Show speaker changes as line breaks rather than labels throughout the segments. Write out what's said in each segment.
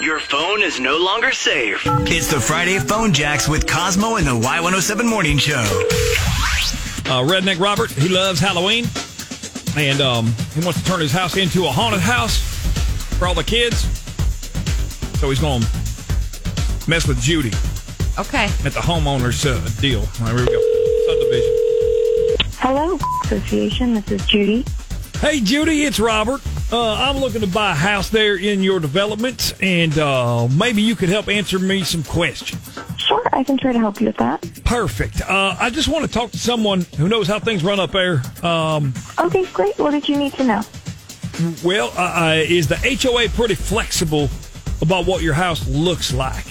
Your phone is no longer safe.
It's the Friday Phone Jacks with Cosmo and the Y107 Morning Show.
Uh, Redneck Robert, he loves Halloween, and um, he wants to turn his house into a haunted house for all the kids. So he's going to mess with Judy
Okay.
at the homeowner's uh, deal. All right, here we go. Subdivision.
Hello, Association. This is Judy.
Hey, Judy, it's Robert. Uh, I'm looking to buy a house there in your development, and uh, maybe you could help answer me some questions.
Sure, I can try to help you with that.
Perfect. Uh, I just want to talk to someone who knows how things run up there. Um,
Okay, great. What did you need to know?
Well, uh, uh, is the HOA pretty flexible about what your house looks like?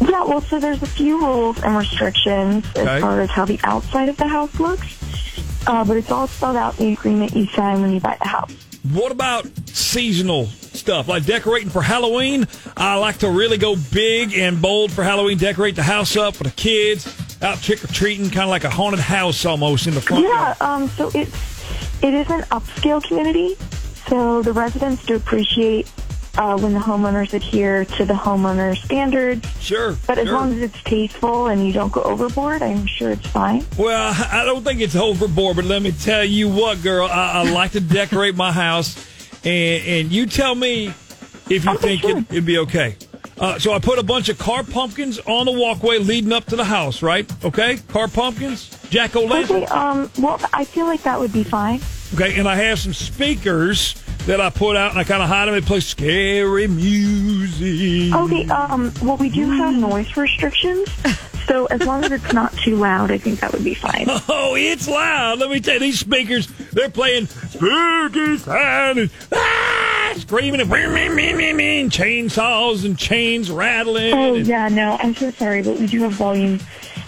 Yeah, well, so there's a few rules and restrictions
Okay.
as far as how the outside of the house looks, uh, but it's all spelled out in the agreement you sign when you buy the house.
What about seasonal stuff like decorating for Halloween? I like to really go big and bold for Halloween, decorate the house up for the kids, out trick or treating, kind of like a haunted house almost in the front.
Yeah,
yard.
um, so it's it is an upscale community, so the residents do appreciate uh, when the homeowners adhere to the homeowner standards.
Sure.
But as
sure.
long as it's tasteful and you don't go overboard, I'm sure it's fine.
Well, I I don't think it's overboard, but let me tell you what, girl. I, I like to decorate my house, and and you tell me if you
Okay,
think
sure.
it, it'd be okay. Uh, so I put a bunch of car pumpkins on the walkway leading up to the house, right? Okay, car pumpkins, jack o' lantern.
Okay, um, well, I feel like that would be fine.
Okay, and I have some speakers that I put out, and I kind of hide them and play scary music.
Okay, um, well, we do
Mm.
have noise restrictions, so as long as it's not too loud, I think that would be fine.
Oh, it's loud. Let me tell you, these speakers, they're playing spooky sound and ah, screaming and, wham, wham, wham, wham, wham, chainsaws and chains rattling.
Oh,
and-
yeah, no, I'm so sorry, but we do have volume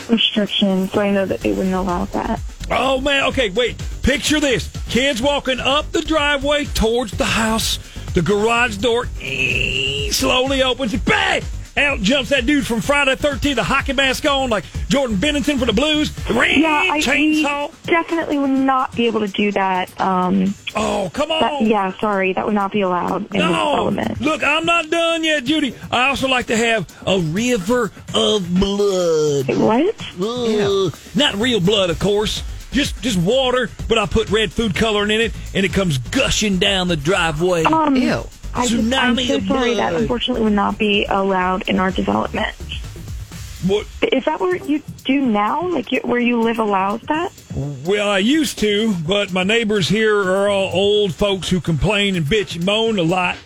restrictions, so I know that they wouldn't allow that.
oh, man. Okay, wait. Picture this kids walking up the driveway towards the house. The garage door eh, slowly opens. and Bang! Out jumps that dude from Friday 13, the hockey mask on, like Jordan Bennington for the Blues. Ring,
Yeah, I we
chainsaw.
definitely would not be able to do that. Um,
Oh, come on.
that, yeah, sorry, that would not be allowed in this
No,
development.
look, I'm not done yet, Judy. I also like to have a river of blood.
Wait, what?
Ugh. Not real blood, of course. Just just water, but I put red food coloring in it, and it comes gushing down the driveway.
Um,
Ew.
I just, I'm
Tsunami
so
of
sorry. That
blood.
unfortunately would not be allowed in our development.
What-
Is that what you do now? Like you, where you live allows that?
Well, I used to, but my neighbors here are all old folks who complain and bitch and moan a lot.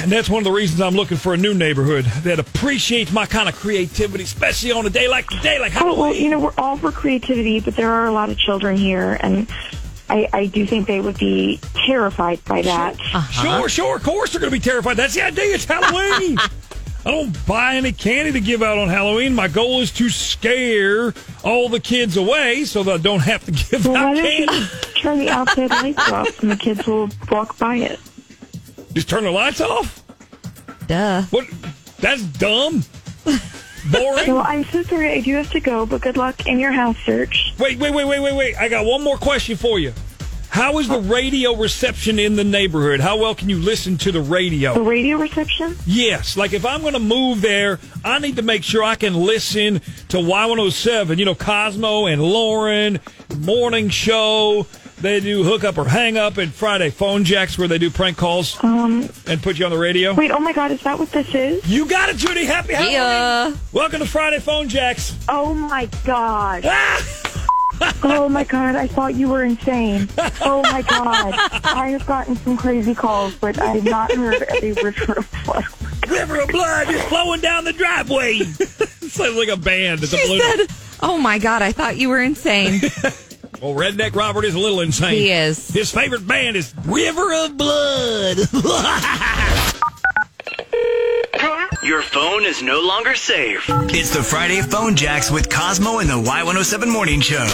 And that's one of the reasons I'm looking for a new neighborhood that appreciates my kind of creativity, especially on a day like today, like
Oh well,
Halloween.
you know we're all for creativity, but there are a lot of children here, and I, I do think they would be terrified by that.
Sure, sure. Of course they're going to be terrified. That's the idea. It's Halloween. I don't buy any candy to give out on Halloween. My goal is to scare all the kids away so that I don't have to give
Well, why
out
don't you
candy.
turn the outside lights off, and the kids will walk by it?
Just turn the lights off?
Duh.
What? That's dumb.
Well,
Boring.
I'm so sorry. I do have to go, but good luck in your house search.
Wait, wait, wait, wait, wait, wait. I got one more question for you. How is the radio reception in the neighborhood? How well can you listen to the radio?
The radio reception.
Yes, like if I'm going to move there, I need to make sure I can listen to Y107. You know, Cosmo and Lauren, morning show. They do hook up or hang up and Friday phone jacks where they do prank calls
Um,
and put you on the radio.
wait. Oh my God, is that what this is?
You got it, Judy. Happy Halloween.
Yeah.
Welcome to Friday phone jacks.
Oh my God.
Ah!
Oh my god, I thought you were insane. Oh my god. I have gotten some crazy calls, but I have not heard a return flush.
River of blood is flowing down the driveway. Sounds like a band at the
She
balloon.
said, "Oh my God, I thought you were insane."
Well, Redneck Robert is a little insane.
He is.
His favorite band is River of Blood.
Your phone is no longer safe.
It's the Friday Phone Jacks with Cosmo and the Y107 Morning Show.